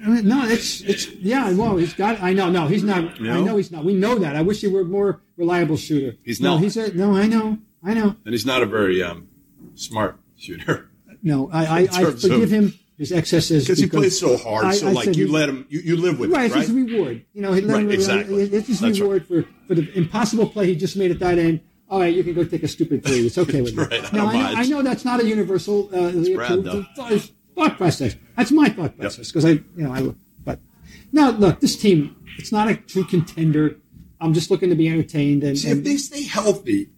[SPEAKER 2] I mean, no, it's it's yeah. Well, he's got. I know. No, he's not. I
[SPEAKER 1] No?
[SPEAKER 2] know he's not. We know that. I wish he were a more reliable shooter.
[SPEAKER 1] He's
[SPEAKER 2] No,
[SPEAKER 1] not.
[SPEAKER 2] he's a no. I know. I know.
[SPEAKER 1] And he's not a very um, smart shooter.
[SPEAKER 2] No, I I, I
[SPEAKER 1] terms
[SPEAKER 2] forgive
[SPEAKER 1] of-
[SPEAKER 2] him his excesses
[SPEAKER 1] Because he plays so hard,
[SPEAKER 2] I-
[SPEAKER 1] so
[SPEAKER 2] I
[SPEAKER 1] like
[SPEAKER 2] said
[SPEAKER 1] you
[SPEAKER 2] he-
[SPEAKER 1] let him you, you live with
[SPEAKER 2] Right,
[SPEAKER 1] it,
[SPEAKER 2] it's
[SPEAKER 1] right?
[SPEAKER 2] his reward. You know, he let
[SPEAKER 1] Right,
[SPEAKER 2] him,
[SPEAKER 1] exactly.
[SPEAKER 2] It's his
[SPEAKER 1] That's right.
[SPEAKER 2] reward for, for the impossible play he just made at that end. All right, you can go take a stupid three. It's okay with me.
[SPEAKER 1] Right, I
[SPEAKER 2] now,
[SPEAKER 1] don't
[SPEAKER 2] I, know,
[SPEAKER 1] mind.
[SPEAKER 2] I know that's not a universal uh,
[SPEAKER 1] Brad,
[SPEAKER 2] approved-
[SPEAKER 1] though.
[SPEAKER 2] it's thought process. That's my thought process because I, you know, I. But now, look, this team. It's not a true contender. I'm just looking to be entertained and.
[SPEAKER 1] See, if
[SPEAKER 2] and-
[SPEAKER 1] they stay healthy,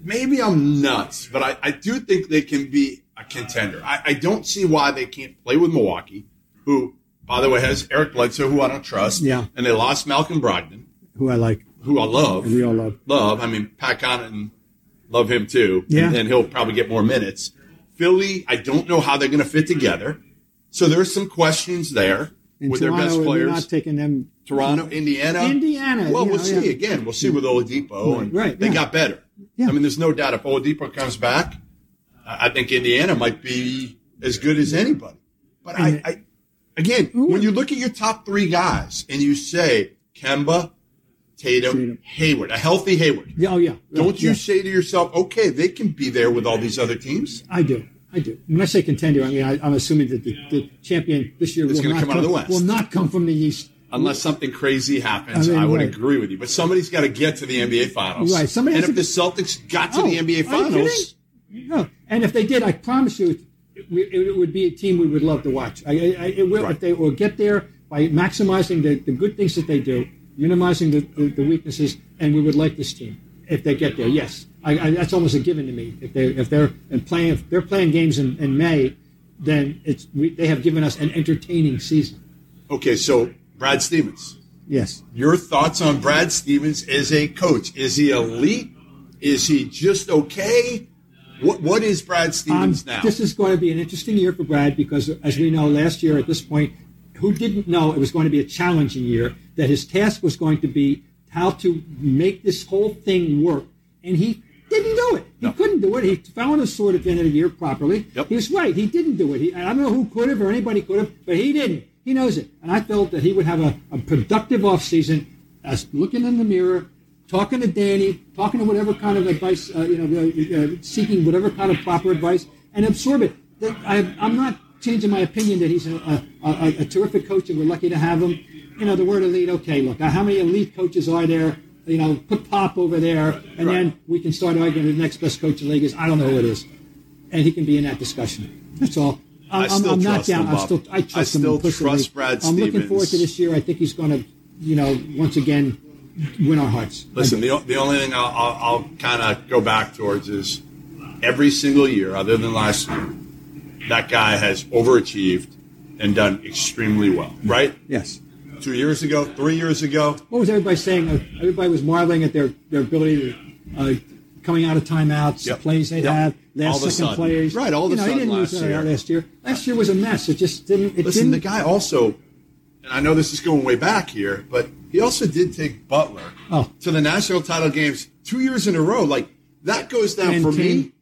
[SPEAKER 1] maybe I'm nuts, but I, I do think they can be a contender. I, I don't see why they can't play with Milwaukee, who, by the way, has Eric Bledsoe, who I don't trust.
[SPEAKER 2] Yeah.
[SPEAKER 1] And they lost Malcolm Brogdon,
[SPEAKER 2] who I like,
[SPEAKER 1] who I love.
[SPEAKER 2] we all love.
[SPEAKER 1] Love. I mean, Pat Connaughton, love him too.
[SPEAKER 2] Yeah.
[SPEAKER 1] And, and he'll probably get more minutes. Philly, I don't know how they're going to fit together. So there's some questions there
[SPEAKER 2] In
[SPEAKER 1] with
[SPEAKER 2] Toronto,
[SPEAKER 1] their best
[SPEAKER 2] and
[SPEAKER 1] players.
[SPEAKER 2] we're not taking them.
[SPEAKER 1] Toronto, Indiana,
[SPEAKER 2] Indiana,
[SPEAKER 1] Well,
[SPEAKER 2] you
[SPEAKER 1] we'll
[SPEAKER 2] know,
[SPEAKER 1] see
[SPEAKER 2] yeah.
[SPEAKER 1] again. We'll see with Oladipo, and
[SPEAKER 2] right,
[SPEAKER 1] they
[SPEAKER 2] yeah.
[SPEAKER 1] got better.
[SPEAKER 2] Yeah.
[SPEAKER 1] I mean, there's no doubt if Oladipo comes back, I I think Indiana might be as good as anybody. But I, I again,
[SPEAKER 2] Ooh.
[SPEAKER 1] when you look at your top three guys and you say Kemba, Tatum,
[SPEAKER 2] Tatum.
[SPEAKER 1] Hayward, a healthy Hayward,
[SPEAKER 2] Yeah, oh yeah.
[SPEAKER 1] don't you
[SPEAKER 2] Yeah,
[SPEAKER 1] say to yourself, okay, they can be there with all these other teams?
[SPEAKER 2] I do. I do. When I say contender, I mean I, I'm assuming that the, the champion this year will
[SPEAKER 1] gonna
[SPEAKER 2] not
[SPEAKER 1] come out of the West.
[SPEAKER 2] will not come from the East.
[SPEAKER 1] Unless something crazy happens, I,
[SPEAKER 2] I mean,
[SPEAKER 1] would
[SPEAKER 2] right.
[SPEAKER 1] agree with you. But somebody's got to get to the NBA Finals.
[SPEAKER 2] Right, somebody
[SPEAKER 1] and if
[SPEAKER 2] has
[SPEAKER 1] the
[SPEAKER 2] to
[SPEAKER 1] Celtics got to
[SPEAKER 2] Oh,
[SPEAKER 1] the NBA
[SPEAKER 2] are you
[SPEAKER 1] Finals,
[SPEAKER 2] kidding? No, and if they did, I promise you, it, we- it, would be a team we would love to watch. I, I, I, it will,
[SPEAKER 1] Right.
[SPEAKER 2] If they will get there by maximizing the, the good things that they do, minimizing the, the, the weaknesses, and we would like this team if they get there. Yes, I, I, that's almost a given to me. If they if they're and playing if they're playing games in, in May, then it's we, they have given us an entertaining season.
[SPEAKER 1] okay. So Brad Stevens,
[SPEAKER 2] Yes.
[SPEAKER 1] your thoughts on Brad Stevens as a coach? Is he elite? Is he just okay? What What is Brad
[SPEAKER 2] Um,
[SPEAKER 1] Stevens now?
[SPEAKER 2] This is going to be an interesting year for Brad because, as we know, last year at this point, who didn't know it was going to be a challenging year? That his task was going to be how to make this whole thing work, and he didn't do it. He
[SPEAKER 1] No.
[SPEAKER 2] couldn't do it. He fell on his sword at the end of the year properly.
[SPEAKER 1] Yep.
[SPEAKER 2] He was right. He didn't do it. He, I don't know who could have or anybody could have, but he didn't. He knows it. And I felt that he would have a, a productive offseason as looking in the mirror, talking to Danny, talking to whatever kind of advice, uh, you know, uh, uh, seeking whatever kind of proper advice and absorb it. That I, I'm not changing my opinion that he's a, a, a, a terrific coach and we're lucky to have him. You know, the word elite, okay, look, how many elite coaches are there? You know, put Pop over there, and then we can start arguing the next best coach in the league is, I don't know who it is and he can be in that discussion. That's all. I'm,
[SPEAKER 1] I still
[SPEAKER 2] I'm not
[SPEAKER 1] trust
[SPEAKER 2] down.
[SPEAKER 1] him,
[SPEAKER 2] I'm
[SPEAKER 1] Bob.
[SPEAKER 2] still, I trust
[SPEAKER 1] I still
[SPEAKER 2] him implicitly.
[SPEAKER 1] trust Brad
[SPEAKER 2] I'm looking forward to
[SPEAKER 1] Stevens.
[SPEAKER 2] this year. I think he's going to, you know, once again, win our hearts.
[SPEAKER 1] Listen, the, the only thing I'll, I'll, I'll kind of go back towards is every single year, other than last year, that guy has overachieved and done extremely well, right?
[SPEAKER 2] Yes.
[SPEAKER 1] Two years ago, three years ago,
[SPEAKER 2] What was everybody saying? Uh, Everybody was marveling at their, their ability to uh, coming out of timeouts, the
[SPEAKER 1] Yep.
[SPEAKER 2] plays they
[SPEAKER 1] Yep.
[SPEAKER 2] had, last
[SPEAKER 1] All of a
[SPEAKER 2] second
[SPEAKER 1] sudden.
[SPEAKER 2] plays.
[SPEAKER 1] Right, all of a
[SPEAKER 2] you know,
[SPEAKER 1] sudden
[SPEAKER 2] he didn't
[SPEAKER 1] last
[SPEAKER 2] lose
[SPEAKER 1] year.
[SPEAKER 2] That last year. Last year was a mess. It just didn't. It
[SPEAKER 1] Listen, the
[SPEAKER 2] didn't.
[SPEAKER 1] guy also, and I know this is going way back here, but he also did take Butler
[SPEAKER 2] Oh.
[SPEAKER 1] to the national title games two years in a row. Like that goes down
[SPEAKER 2] And
[SPEAKER 1] for me
[SPEAKER 2] King.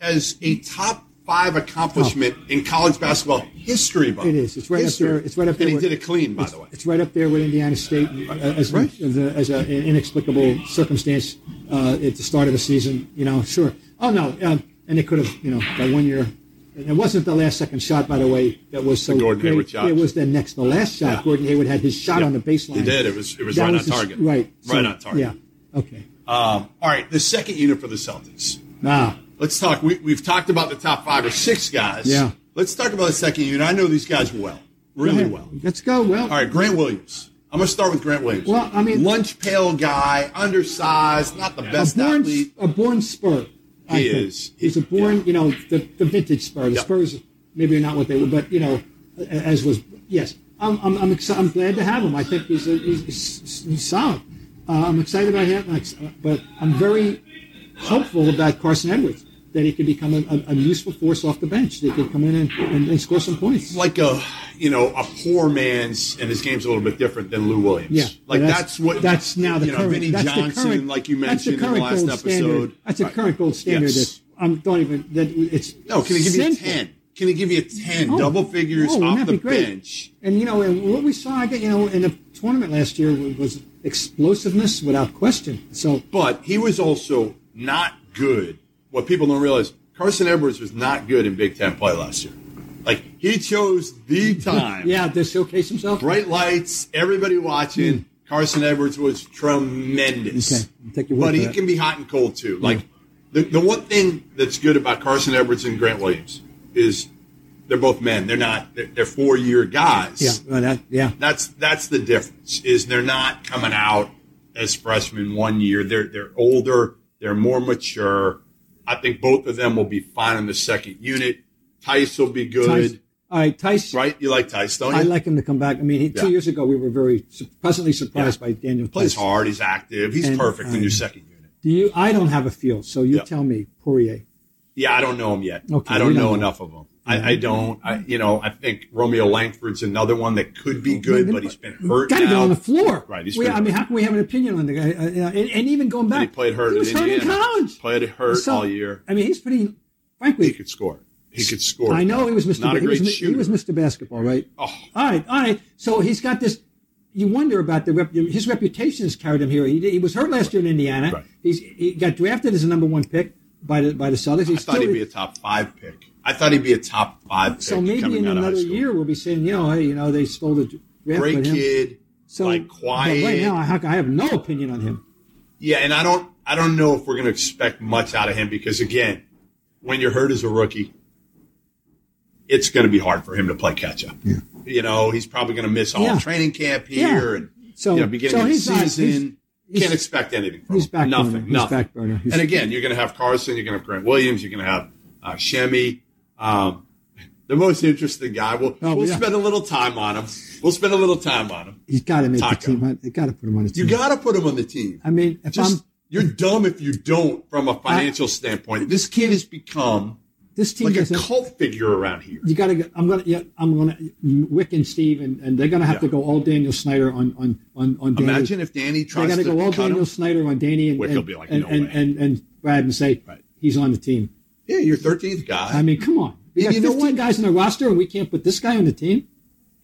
[SPEAKER 1] as a top five accomplishment in college basketball history. Bob.
[SPEAKER 2] Oh. It is. It's right up
[SPEAKER 1] History.
[SPEAKER 2] there- it's right up
[SPEAKER 1] And he
[SPEAKER 2] there with-
[SPEAKER 1] did it clean, by the way.
[SPEAKER 2] It's right up there with Indiana State uh, as,
[SPEAKER 1] Right.
[SPEAKER 2] as, a, as a, an inexplicable circumstance uh, at the start of a season. You know, sure. Oh no, um, and it could have, you know, by one year. And it wasn't the last second shot, by the way, that was so
[SPEAKER 1] The Gordon
[SPEAKER 2] great.
[SPEAKER 1] Hayward shot.
[SPEAKER 2] It was the next, the last shot.
[SPEAKER 1] Yeah.
[SPEAKER 2] Gordon Hayward had his shot on the baseline.
[SPEAKER 1] He did. It was it was
[SPEAKER 2] That
[SPEAKER 1] right
[SPEAKER 2] was
[SPEAKER 1] on
[SPEAKER 2] his-
[SPEAKER 1] target.
[SPEAKER 2] Right.
[SPEAKER 1] Right
[SPEAKER 2] So,
[SPEAKER 1] on target.
[SPEAKER 2] Yeah. Okay.
[SPEAKER 1] Um, all right. The second unit for the Celtics.
[SPEAKER 2] Now,
[SPEAKER 1] Let's talk. We, we've talked about the top five or six guys.
[SPEAKER 2] Yeah.
[SPEAKER 1] Let's talk about the second unit. I know these guys well, really well.
[SPEAKER 2] Let's go. Well,
[SPEAKER 1] All right, Grant Williams. I'm gonna start with Grant Williams.
[SPEAKER 2] Well, I mean-
[SPEAKER 1] lunch pail guy, undersized, not the
[SPEAKER 2] a
[SPEAKER 1] best
[SPEAKER 2] born,
[SPEAKER 1] athlete.
[SPEAKER 2] a born spur. I
[SPEAKER 1] He
[SPEAKER 2] think.
[SPEAKER 1] is.
[SPEAKER 2] He's a born, you know, the, the vintage spur. The
[SPEAKER 1] Yeah.
[SPEAKER 2] Spurs maybe are not what they were, but you know, a- as was yes. I'm I'm I'm, exci- I'm glad to have him. I think he's a, he's, he's he's solid. Uh, I'm excited about him, I'm ex- but I'm very hopeful about Carson Edwards that he could become a, a, a useful force off the bench. That could come in and, and, and score some points.
[SPEAKER 1] Like a, you know, a poor man's, and his game's a little bit different than Lou Williams.
[SPEAKER 2] Yeah,
[SPEAKER 1] like
[SPEAKER 2] but
[SPEAKER 1] that's, what
[SPEAKER 2] that's now the
[SPEAKER 1] you know,
[SPEAKER 2] current.
[SPEAKER 1] Vinny
[SPEAKER 2] that's the
[SPEAKER 1] Johnson,
[SPEAKER 2] current-
[SPEAKER 1] like you
[SPEAKER 2] that's the
[SPEAKER 1] mentioned in the
[SPEAKER 2] current
[SPEAKER 1] last
[SPEAKER 2] gold
[SPEAKER 1] episode.
[SPEAKER 2] Standard. That's a
[SPEAKER 1] Right.
[SPEAKER 2] current gold standard.
[SPEAKER 1] Yes.
[SPEAKER 2] That I'm don't even that it's
[SPEAKER 1] No, can he give you a
[SPEAKER 2] sinful.
[SPEAKER 1] ten? Can he give you a ten?
[SPEAKER 2] Oh,
[SPEAKER 1] Double figures
[SPEAKER 2] oh, wouldn't
[SPEAKER 1] off
[SPEAKER 2] that
[SPEAKER 1] the
[SPEAKER 2] be great?
[SPEAKER 1] bench.
[SPEAKER 2] And you know, and what we saw, again, you know, in the tournament last year wa- was explosiveness without question. So
[SPEAKER 1] But he was also not good. What people don't realize, Carson Edwards was not good in Big Ten play last year. Like he chose the time.
[SPEAKER 2] yeah, to showcase himself.
[SPEAKER 1] bright lights, everybody watching. Carson Edwards was tremendous.
[SPEAKER 2] Hmm. Okay, I'll take your word
[SPEAKER 1] but
[SPEAKER 2] for
[SPEAKER 1] he
[SPEAKER 2] that.
[SPEAKER 1] can be hot and cold too. Like the, the one thing that's good about Carson Edwards and Grant Williams is they're both men. They're not they're, they're four year guys.
[SPEAKER 2] Yeah, well, that, yeah.
[SPEAKER 1] That's that's the difference. Is they're not coming out as freshmen one year. They're they're older. They're more mature. I think both of them will be fine in the second unit. Tice will be good,
[SPEAKER 2] Tice, all right, Tice.
[SPEAKER 1] right? You like Tice, don't you?
[SPEAKER 2] I like him to come back. I mean, he,
[SPEAKER 1] Yeah.
[SPEAKER 2] two years ago we were very su- pleasantly surprised
[SPEAKER 1] Yeah.
[SPEAKER 2] by Daniel.
[SPEAKER 1] plays
[SPEAKER 2] Tice.
[SPEAKER 1] hard. He's active. He's
[SPEAKER 2] And,
[SPEAKER 1] perfect in
[SPEAKER 2] um,
[SPEAKER 1] your second unit.
[SPEAKER 2] Do you? I don't have a feel, so you
[SPEAKER 1] Yeah.
[SPEAKER 2] tell me, Poirier.
[SPEAKER 1] Yeah, I don't know him yet.
[SPEAKER 2] Okay,
[SPEAKER 1] I don't
[SPEAKER 2] we
[SPEAKER 1] know
[SPEAKER 2] don't know.
[SPEAKER 1] enough of him. I, I don't. I, you know, I think Romeo Langford's another one that could be good, but he's been hurt
[SPEAKER 2] Got to get
[SPEAKER 1] now.
[SPEAKER 2] on the floor.
[SPEAKER 1] Right, he's
[SPEAKER 2] We,
[SPEAKER 1] been
[SPEAKER 2] I mean,
[SPEAKER 1] hurt.
[SPEAKER 2] how can we have an opinion on the guy? Uh, uh, and, and even going back,
[SPEAKER 1] And he played hurt
[SPEAKER 2] He was
[SPEAKER 1] in
[SPEAKER 2] hurt in
[SPEAKER 1] Indiana.
[SPEAKER 2] college.
[SPEAKER 1] Played hurt
[SPEAKER 2] So-
[SPEAKER 1] all year.
[SPEAKER 2] I mean, he's pretty.
[SPEAKER 1] He
[SPEAKER 2] Frankly,
[SPEAKER 1] could score. he could score.
[SPEAKER 2] I know he was Mr.
[SPEAKER 1] Not a
[SPEAKER 2] he was
[SPEAKER 1] great
[SPEAKER 2] Mi-
[SPEAKER 1] shooter.
[SPEAKER 2] He was Mr. Basketball, right?
[SPEAKER 1] Oh.
[SPEAKER 2] All right, all right. So he's got this. You wonder about the rep, his reputation has carried him here. He, he was hurt last year in Indiana.
[SPEAKER 1] Right.
[SPEAKER 2] He's, he got drafted as a number one pick by the by the Celtics. He's
[SPEAKER 1] I thought
[SPEAKER 2] still-
[SPEAKER 1] he'd be a top five pick. I thought he'd be a top five pick.
[SPEAKER 2] so maybe
[SPEAKER 1] coming
[SPEAKER 2] in
[SPEAKER 1] out of high
[SPEAKER 2] another
[SPEAKER 1] school.
[SPEAKER 2] year we'll be saying, you know, hey, you know, they stole the draft.
[SPEAKER 1] great
[SPEAKER 2] with him.
[SPEAKER 1] kid,
[SPEAKER 2] So
[SPEAKER 1] like
[SPEAKER 2] but
[SPEAKER 1] quiet.
[SPEAKER 2] right now, I, have- I have no opinion on him.
[SPEAKER 1] Yeah, and I don't I don't know if we're going to expect much out of him because again, when you're hurt as a rookie, it's going to be hard for him to play catch up. Yeah. You know, he's probably going to miss all
[SPEAKER 2] Yeah.
[SPEAKER 1] training camp here
[SPEAKER 2] Yeah.
[SPEAKER 1] and
[SPEAKER 2] So-
[SPEAKER 1] you know, beginning
[SPEAKER 2] so
[SPEAKER 1] of the
[SPEAKER 2] he's not- he's-
[SPEAKER 1] season.
[SPEAKER 2] he's-
[SPEAKER 1] Can't expect anything from
[SPEAKER 2] he's
[SPEAKER 1] him.
[SPEAKER 2] back burner.
[SPEAKER 1] nothing,
[SPEAKER 2] He's
[SPEAKER 1] nothing.
[SPEAKER 2] back burner. He's-
[SPEAKER 1] and again, you're going to have Carson, you're going to have Grant Williams, you're going to have uh, Shemi. Um, the most interesting guy. We'll,
[SPEAKER 2] Oh,
[SPEAKER 1] we'll
[SPEAKER 2] yeah.
[SPEAKER 1] spend a little time on him. We'll spend a little time on him.
[SPEAKER 2] He's got to make
[SPEAKER 1] Taco.
[SPEAKER 2] the team. I- They got to put him on the team.
[SPEAKER 1] You got to put him on the team.
[SPEAKER 2] I mean, if
[SPEAKER 1] Just
[SPEAKER 2] I'm
[SPEAKER 1] you're dumb if you don't from a financial standpoint. This kid has become
[SPEAKER 2] this team,
[SPEAKER 1] like a
[SPEAKER 2] doesn't-
[SPEAKER 1] cult figure around here.
[SPEAKER 2] you got to. I'm gonna. Yeah, I'm gonna. Wick and Steve, and, and they're gonna have
[SPEAKER 1] Yeah.
[SPEAKER 2] to go all Daniel Snyder on on on on. Danny.
[SPEAKER 1] Imagine if Danny
[SPEAKER 2] they
[SPEAKER 1] tries
[SPEAKER 2] got
[SPEAKER 1] to
[SPEAKER 2] to go all
[SPEAKER 1] cut
[SPEAKER 2] Daniel
[SPEAKER 1] him.
[SPEAKER 2] Snyder on Danny and
[SPEAKER 1] Wick
[SPEAKER 2] and,
[SPEAKER 1] will be like,
[SPEAKER 2] and,
[SPEAKER 1] "No
[SPEAKER 2] and,
[SPEAKER 1] way."
[SPEAKER 2] and and Brad and say
[SPEAKER 1] Right.
[SPEAKER 2] he's on the team.
[SPEAKER 1] Yeah, you're 13th guy,
[SPEAKER 2] I mean, come on. We
[SPEAKER 1] Yeah,
[SPEAKER 2] got
[SPEAKER 1] you know
[SPEAKER 2] 15
[SPEAKER 1] what?
[SPEAKER 2] guys in the roster, and we can't put this guy on the team.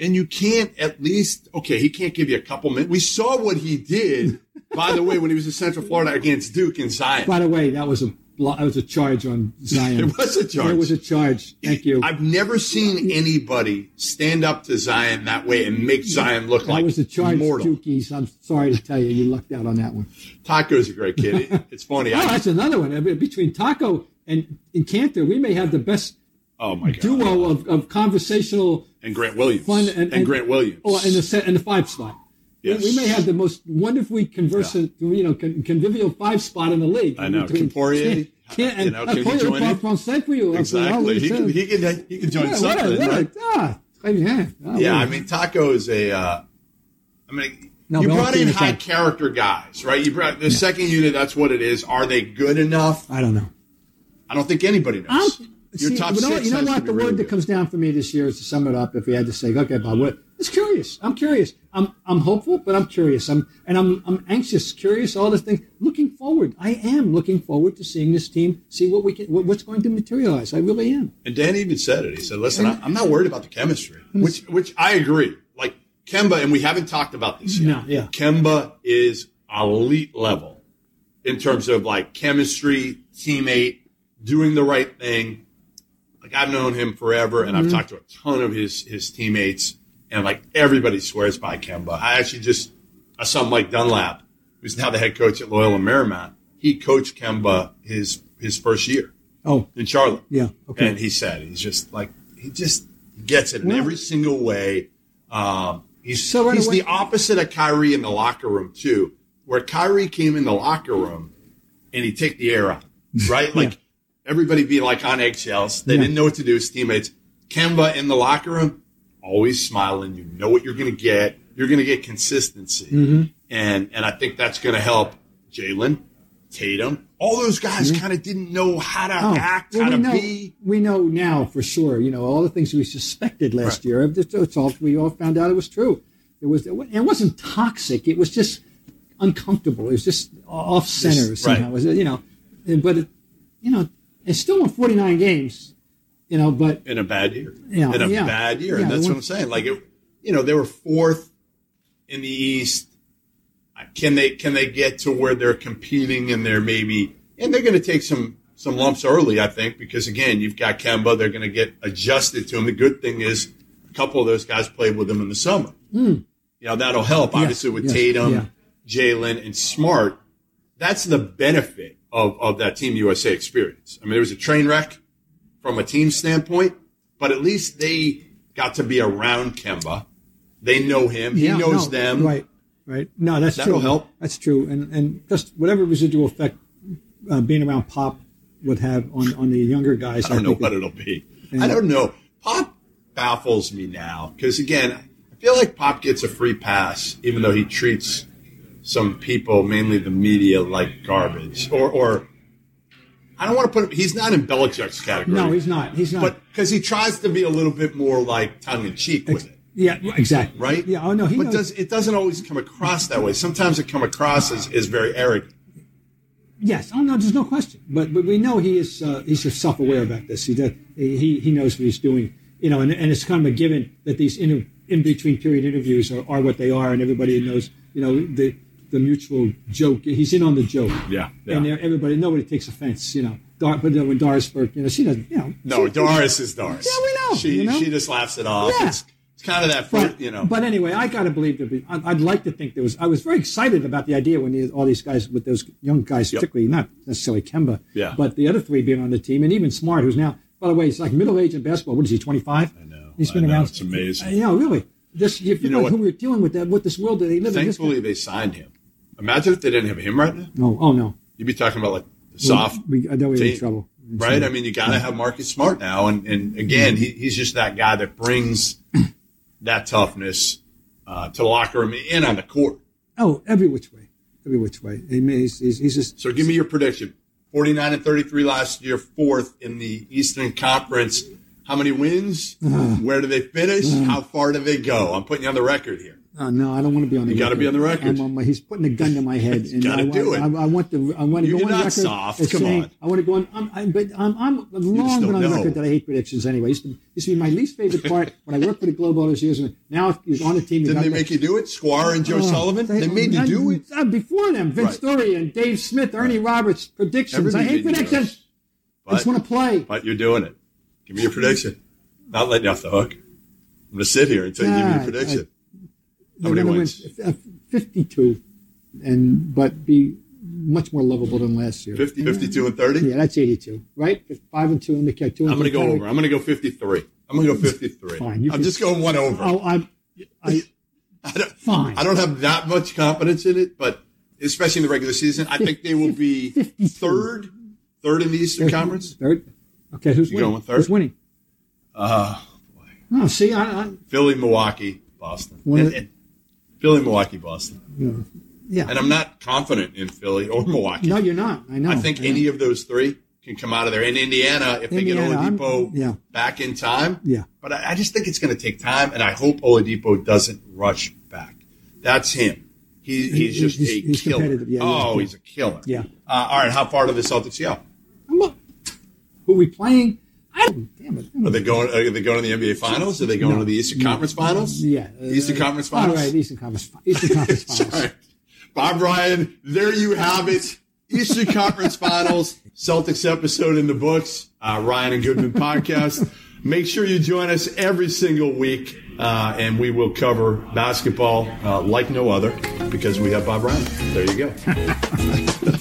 [SPEAKER 1] and you can't at least okay. He can't give you a couple minutes. We saw what he did, by the way, when he was in Central Florida against Duke and Zion.
[SPEAKER 2] By the way, that was a blo- that was a charge on Zion.
[SPEAKER 1] It was a charge.
[SPEAKER 2] It was a charge. Thank you.
[SPEAKER 1] I've never seen anybody stand up to Zion that way and make Zion look
[SPEAKER 2] that
[SPEAKER 1] like
[SPEAKER 2] was a charge,
[SPEAKER 1] mortal.
[SPEAKER 2] Dookies. I'm sorry to tell you, you lucked out on that one.
[SPEAKER 1] Taco's a great kid. It- it's funny.
[SPEAKER 2] Oh,
[SPEAKER 1] I,
[SPEAKER 2] that's another one. I mean, Between Taco and and Cantor, we may have the best
[SPEAKER 1] oh my god.
[SPEAKER 2] duo of, of conversational
[SPEAKER 1] and Grant Williams.
[SPEAKER 2] fun
[SPEAKER 1] and, Grant Williams.
[SPEAKER 2] Oh, and the set and the five spot. We-
[SPEAKER 1] Yes.
[SPEAKER 2] We, may have the most wonderfully conversant, you know, con- convivial five spot in the league.
[SPEAKER 1] I know.
[SPEAKER 2] Between
[SPEAKER 1] Can Poirier,
[SPEAKER 2] Can- Can,
[SPEAKER 1] you
[SPEAKER 2] and
[SPEAKER 1] know,
[SPEAKER 2] uh,
[SPEAKER 1] can he
[SPEAKER 2] Poirier
[SPEAKER 1] join
[SPEAKER 2] pas
[SPEAKER 1] in?
[SPEAKER 2] français pour you.
[SPEAKER 1] Exactly. He can,
[SPEAKER 2] Absolutely.
[SPEAKER 1] he can he can join
[SPEAKER 2] What a- what a-
[SPEAKER 1] something.
[SPEAKER 2] what a-
[SPEAKER 1] right?
[SPEAKER 2] ah, très bien. Ah,
[SPEAKER 1] Yeah,
[SPEAKER 2] oui.
[SPEAKER 1] I mean Taco is a. Uh, I mean,
[SPEAKER 2] No,
[SPEAKER 1] you
[SPEAKER 2] but all
[SPEAKER 1] brought in
[SPEAKER 2] kidding
[SPEAKER 1] high
[SPEAKER 2] aside-
[SPEAKER 1] character guys, right? You brought the second unit. That's what it is. Are they good enough?
[SPEAKER 2] I don't know.
[SPEAKER 1] I don't think anybody
[SPEAKER 2] I'm,
[SPEAKER 1] knows. Your
[SPEAKER 2] see,
[SPEAKER 1] top
[SPEAKER 2] you know,
[SPEAKER 1] six
[SPEAKER 2] you know
[SPEAKER 1] has to
[SPEAKER 2] what?
[SPEAKER 1] be
[SPEAKER 2] The
[SPEAKER 1] really
[SPEAKER 2] word that
[SPEAKER 1] good.
[SPEAKER 2] comes down for me this year is to sum it up. If we had to say, okay, Bob, what? It's curious. I'm curious. I'm I'm hopeful, but I'm curious. I'm and I'm I'm anxious, curious, all this thing. Looking forward, I am looking forward to seeing this team. See what we can, what, what's going to materialize. I really am.
[SPEAKER 1] And Dan even said it. He said, "Listen, I- I'm not worried about the chemistry," which which I agree. Like Kemba, and we haven't talked about this yet.
[SPEAKER 2] No, yeah.
[SPEAKER 1] Kemba is elite level in terms of like chemistry, teammate, doing the right thing. Like I've known him forever, and
[SPEAKER 2] Mm-hmm.
[SPEAKER 1] I've talked to a ton of his his teammates, and like everybody swears by Kemba. I actually just I saw Mike Dunlap, who's now the head coach at Loyola Marymount. He coached Kemba his his first year
[SPEAKER 2] Oh,
[SPEAKER 1] in Charlotte.
[SPEAKER 2] yeah. Okay.
[SPEAKER 1] And he said he's just like he just gets it in
[SPEAKER 2] Well-
[SPEAKER 1] every single way. Um, he's
[SPEAKER 2] So right
[SPEAKER 1] he's
[SPEAKER 2] away-
[SPEAKER 1] the opposite of Kyrie in the locker room too, where Kyrie came in the locker room and he take the air out, right? Like everybody be like on eggshells. They
[SPEAKER 2] Yeah.
[SPEAKER 1] didn't know what to do. His teammates. Kemba in the locker room, always smiling. You know what you're going to get. You're going to get consistency,
[SPEAKER 2] Mm-hmm.
[SPEAKER 1] and and I think that's going to help Jalen, Tatum. All those guys kind of didn't know how to
[SPEAKER 2] Mm-hmm. Oh,
[SPEAKER 1] act,
[SPEAKER 2] well,
[SPEAKER 1] how to
[SPEAKER 2] we know,
[SPEAKER 1] be.
[SPEAKER 2] We know now for sure. You know all the things we suspected last year. It's it's all we all found out it was true. It was it wasn't toxic. It was just uncomfortable. It was just off center
[SPEAKER 1] Just-
[SPEAKER 2] somehow.
[SPEAKER 1] right.
[SPEAKER 2] It was, you know, and- but it, you know, it's still in forty nine games. You know, but
[SPEAKER 1] in a bad year.
[SPEAKER 2] Yeah,
[SPEAKER 1] in a
[SPEAKER 2] yeah.
[SPEAKER 1] bad year.
[SPEAKER 2] Yeah,
[SPEAKER 1] and that's
[SPEAKER 2] it
[SPEAKER 1] what I'm
[SPEAKER 2] was-
[SPEAKER 1] saying. Like it, you know, they were fourth in the East. Uh, Can they can they get to where they're competing and they're maybe and they're going to take some some lumps early, I think, because again, you've got Kemba. They're going to get adjusted to him. The good thing is, a couple of those guys played with him in the summer. You know that'll help obviously with
[SPEAKER 2] Hmm. yes,
[SPEAKER 1] Tatum,
[SPEAKER 2] yeah.
[SPEAKER 1] Jalen, and Smart. That's the benefit of of that Team USA experience. I mean, it was a train wreck from a team standpoint, but at least they got to be around Kemba. They know him.
[SPEAKER 2] Yeah,
[SPEAKER 1] he knows
[SPEAKER 2] no,
[SPEAKER 1] them.
[SPEAKER 2] Right, right. No, that's
[SPEAKER 1] That'll
[SPEAKER 2] true.
[SPEAKER 1] help.
[SPEAKER 2] That's true. And and just whatever residual effect uh, being around Pop would have on on the younger guys.
[SPEAKER 1] I don't know
[SPEAKER 2] think
[SPEAKER 1] what
[SPEAKER 2] that-
[SPEAKER 1] it'll be. I don't know. Pop baffles me now because again, I feel like Pop gets a free pass, even though he treats some people, mainly the media, like garbage. Or, or I don't want to put him. He's not in Belichick's category.
[SPEAKER 2] No, he's not. He's not.
[SPEAKER 1] But because he tries to be a little bit more like tongue in cheek with it.
[SPEAKER 2] Yeah, exactly.
[SPEAKER 1] right?
[SPEAKER 2] Yeah. Oh no, he
[SPEAKER 1] but
[SPEAKER 2] knows.
[SPEAKER 1] does it doesn't always come across that way. Sometimes it come across as, as very arrogant.
[SPEAKER 2] Yes. Oh no, there's no question. But but we know he is uh, he's self-aware about this. He does, he he knows what he's doing. You know, and, and it's kind of a given that these inter, in between period interviews are, are what they are, and everybody knows. You know the the mutual joke. He's in on the joke.
[SPEAKER 3] Yeah,
[SPEAKER 2] And
[SPEAKER 3] yeah.
[SPEAKER 2] everybody nobody takes offense. You know, Dar, but then when Doris Burke, you know, she doesn't. You know,
[SPEAKER 1] No,
[SPEAKER 2] she-
[SPEAKER 1] Doris is Doris.
[SPEAKER 2] Yeah, we know,
[SPEAKER 1] She
[SPEAKER 2] you know?
[SPEAKER 1] she just laughs it off.
[SPEAKER 2] Yeah.
[SPEAKER 1] It's, it's kind of that,
[SPEAKER 2] But,
[SPEAKER 1] you know.
[SPEAKER 2] but anyway, I gotta believe that. we- I- I'd like to think there was. I was very excited about the idea when the, all these guys, with those young guys, particularly not necessarily Kemba,
[SPEAKER 3] Yeah.
[SPEAKER 2] but the other three being on the team, and even Smart, who's now, by the way, he's like middle aged in basketball. What is he? Twenty five. I
[SPEAKER 3] know,
[SPEAKER 2] He's been
[SPEAKER 3] I know,
[SPEAKER 2] around.
[SPEAKER 3] it's amazing.
[SPEAKER 2] I- Yeah, really. This you, feel
[SPEAKER 1] know
[SPEAKER 2] like
[SPEAKER 1] what?
[SPEAKER 2] who we're dealing with that, with this world that they live in.
[SPEAKER 1] Thankfully,
[SPEAKER 2] This
[SPEAKER 1] they signed him. Imagine if they didn't have him right now.
[SPEAKER 2] no, oh no,
[SPEAKER 1] You'd be talking about like the soft
[SPEAKER 2] We, I know we're in
[SPEAKER 1] team,
[SPEAKER 2] trouble.
[SPEAKER 1] right? I mean, you got to have Marcus Smart now, and and again, he, he's just that guy that brings that toughness uh, to the locker room and on the court.
[SPEAKER 2] Oh, every which way, every which way. I mean, he's, he's, he's just
[SPEAKER 1] So give me your prediction: forty-nine and thirty-three last year, fourth in the Eastern Conference. How many wins? Where do they finish?
[SPEAKER 2] Mm.
[SPEAKER 1] How far do they go? I'm putting you on the record here.
[SPEAKER 2] Oh, no, I don't want to be on the.
[SPEAKER 1] You gotta be on the record.
[SPEAKER 2] I'm on my, he's putting a gun to my head. and
[SPEAKER 1] gotta
[SPEAKER 2] I, want-
[SPEAKER 1] do it.
[SPEAKER 2] I, I want the. I want to
[SPEAKER 1] You're
[SPEAKER 2] go on
[SPEAKER 1] not
[SPEAKER 2] record.
[SPEAKER 1] soft,
[SPEAKER 2] as
[SPEAKER 1] come
[SPEAKER 2] saying-
[SPEAKER 1] on.
[SPEAKER 2] I want to go on. I'm, I, but I'm, I'm I've long
[SPEAKER 1] don't
[SPEAKER 2] been on
[SPEAKER 1] know.
[SPEAKER 2] record that I hate predictions anyway. Used to, used to be my least favorite part when I worked for the Globe all those years. And now you're on the team. you
[SPEAKER 1] Didn't
[SPEAKER 2] got
[SPEAKER 1] they
[SPEAKER 2] that-
[SPEAKER 1] make you do it? Squire and Joe
[SPEAKER 2] Oh,
[SPEAKER 1] Sullivan? They, made you
[SPEAKER 2] I-
[SPEAKER 1] do it.
[SPEAKER 2] I- before them, Vince
[SPEAKER 1] Right.
[SPEAKER 2] Story and Dave Smith, Ernie Roberts predictions. I hate
[SPEAKER 1] made you do it.
[SPEAKER 2] predictions. I
[SPEAKER 1] But-
[SPEAKER 2] just want to play.
[SPEAKER 1] But you're doing it. Give me your prediction. Not letting you off the hook. I'm gonna sit here until you give me
[SPEAKER 2] Yeah,
[SPEAKER 1] your prediction. How
[SPEAKER 2] They're
[SPEAKER 1] many
[SPEAKER 2] gonna win
[SPEAKER 1] wins?
[SPEAKER 2] f- uh, Fifty-two, and but be much more lovable than last year.
[SPEAKER 1] 50, 52, and 30?
[SPEAKER 2] Yeah, that's 82, right? Five and two in the cat. Two and
[SPEAKER 1] I'm gonna
[SPEAKER 2] three
[SPEAKER 1] go
[SPEAKER 2] carry.
[SPEAKER 1] over. I'm gonna go 53. I'm gonna go 53.
[SPEAKER 2] Fine, you
[SPEAKER 1] I'm
[SPEAKER 2] can-
[SPEAKER 1] just going one over.
[SPEAKER 2] Oh, I'm. I,
[SPEAKER 1] I, don't,
[SPEAKER 2] fine.
[SPEAKER 1] I don't have that much confidence in it, but especially in the regular season, I think they will be
[SPEAKER 2] 52.
[SPEAKER 1] third, third in the Eastern Conference.
[SPEAKER 2] Third. Okay, who's winning?
[SPEAKER 1] going with third?
[SPEAKER 2] Who's winning?
[SPEAKER 1] Uh,
[SPEAKER 2] No, see, I, I
[SPEAKER 1] Philly, Milwaukee, Boston.
[SPEAKER 2] One
[SPEAKER 1] And-
[SPEAKER 2] of-
[SPEAKER 1] and- Philly, Milwaukee, Boston.
[SPEAKER 2] yeah.
[SPEAKER 1] And I'm not confident in Philly or Milwaukee.
[SPEAKER 2] no, you're not. I know.
[SPEAKER 1] I think any of those three can come out of there. In Indiana, if they
[SPEAKER 2] Indiana,
[SPEAKER 1] get
[SPEAKER 2] I'm-
[SPEAKER 1] Oladipo
[SPEAKER 2] yeah.
[SPEAKER 1] back in time,
[SPEAKER 2] Yeah.
[SPEAKER 1] But I, I just think it's going to take time, and I hope Oladipo doesn't rush back. That's him. He, he's
[SPEAKER 2] He's-
[SPEAKER 1] just a
[SPEAKER 2] he's- he's
[SPEAKER 1] killer.
[SPEAKER 2] competitive. Yeah,
[SPEAKER 1] oh,
[SPEAKER 2] yeah.
[SPEAKER 1] he's a killer.
[SPEAKER 2] Yeah.
[SPEAKER 1] Uh, all right. How far do the Celtics go?
[SPEAKER 2] I'm not- Who we playing? I don't. Damn it.
[SPEAKER 1] Are they going? Are they going to the NBA Finals? Are they going to the Eastern Conference Finals?
[SPEAKER 2] yeah. uh,
[SPEAKER 1] Eastern Conference Finals.
[SPEAKER 2] All right, Eastern Conference. fi- Eastern Conference Finals.
[SPEAKER 1] All right. Bob Ryan, there you have it. Eastern Conference Finals, Celtics episode in the books, uh, Ryan and Goodman podcast. Make sure you join us every single week, uh, and we will cover basketball uh, like no other because we have Bob Ryan. There you go.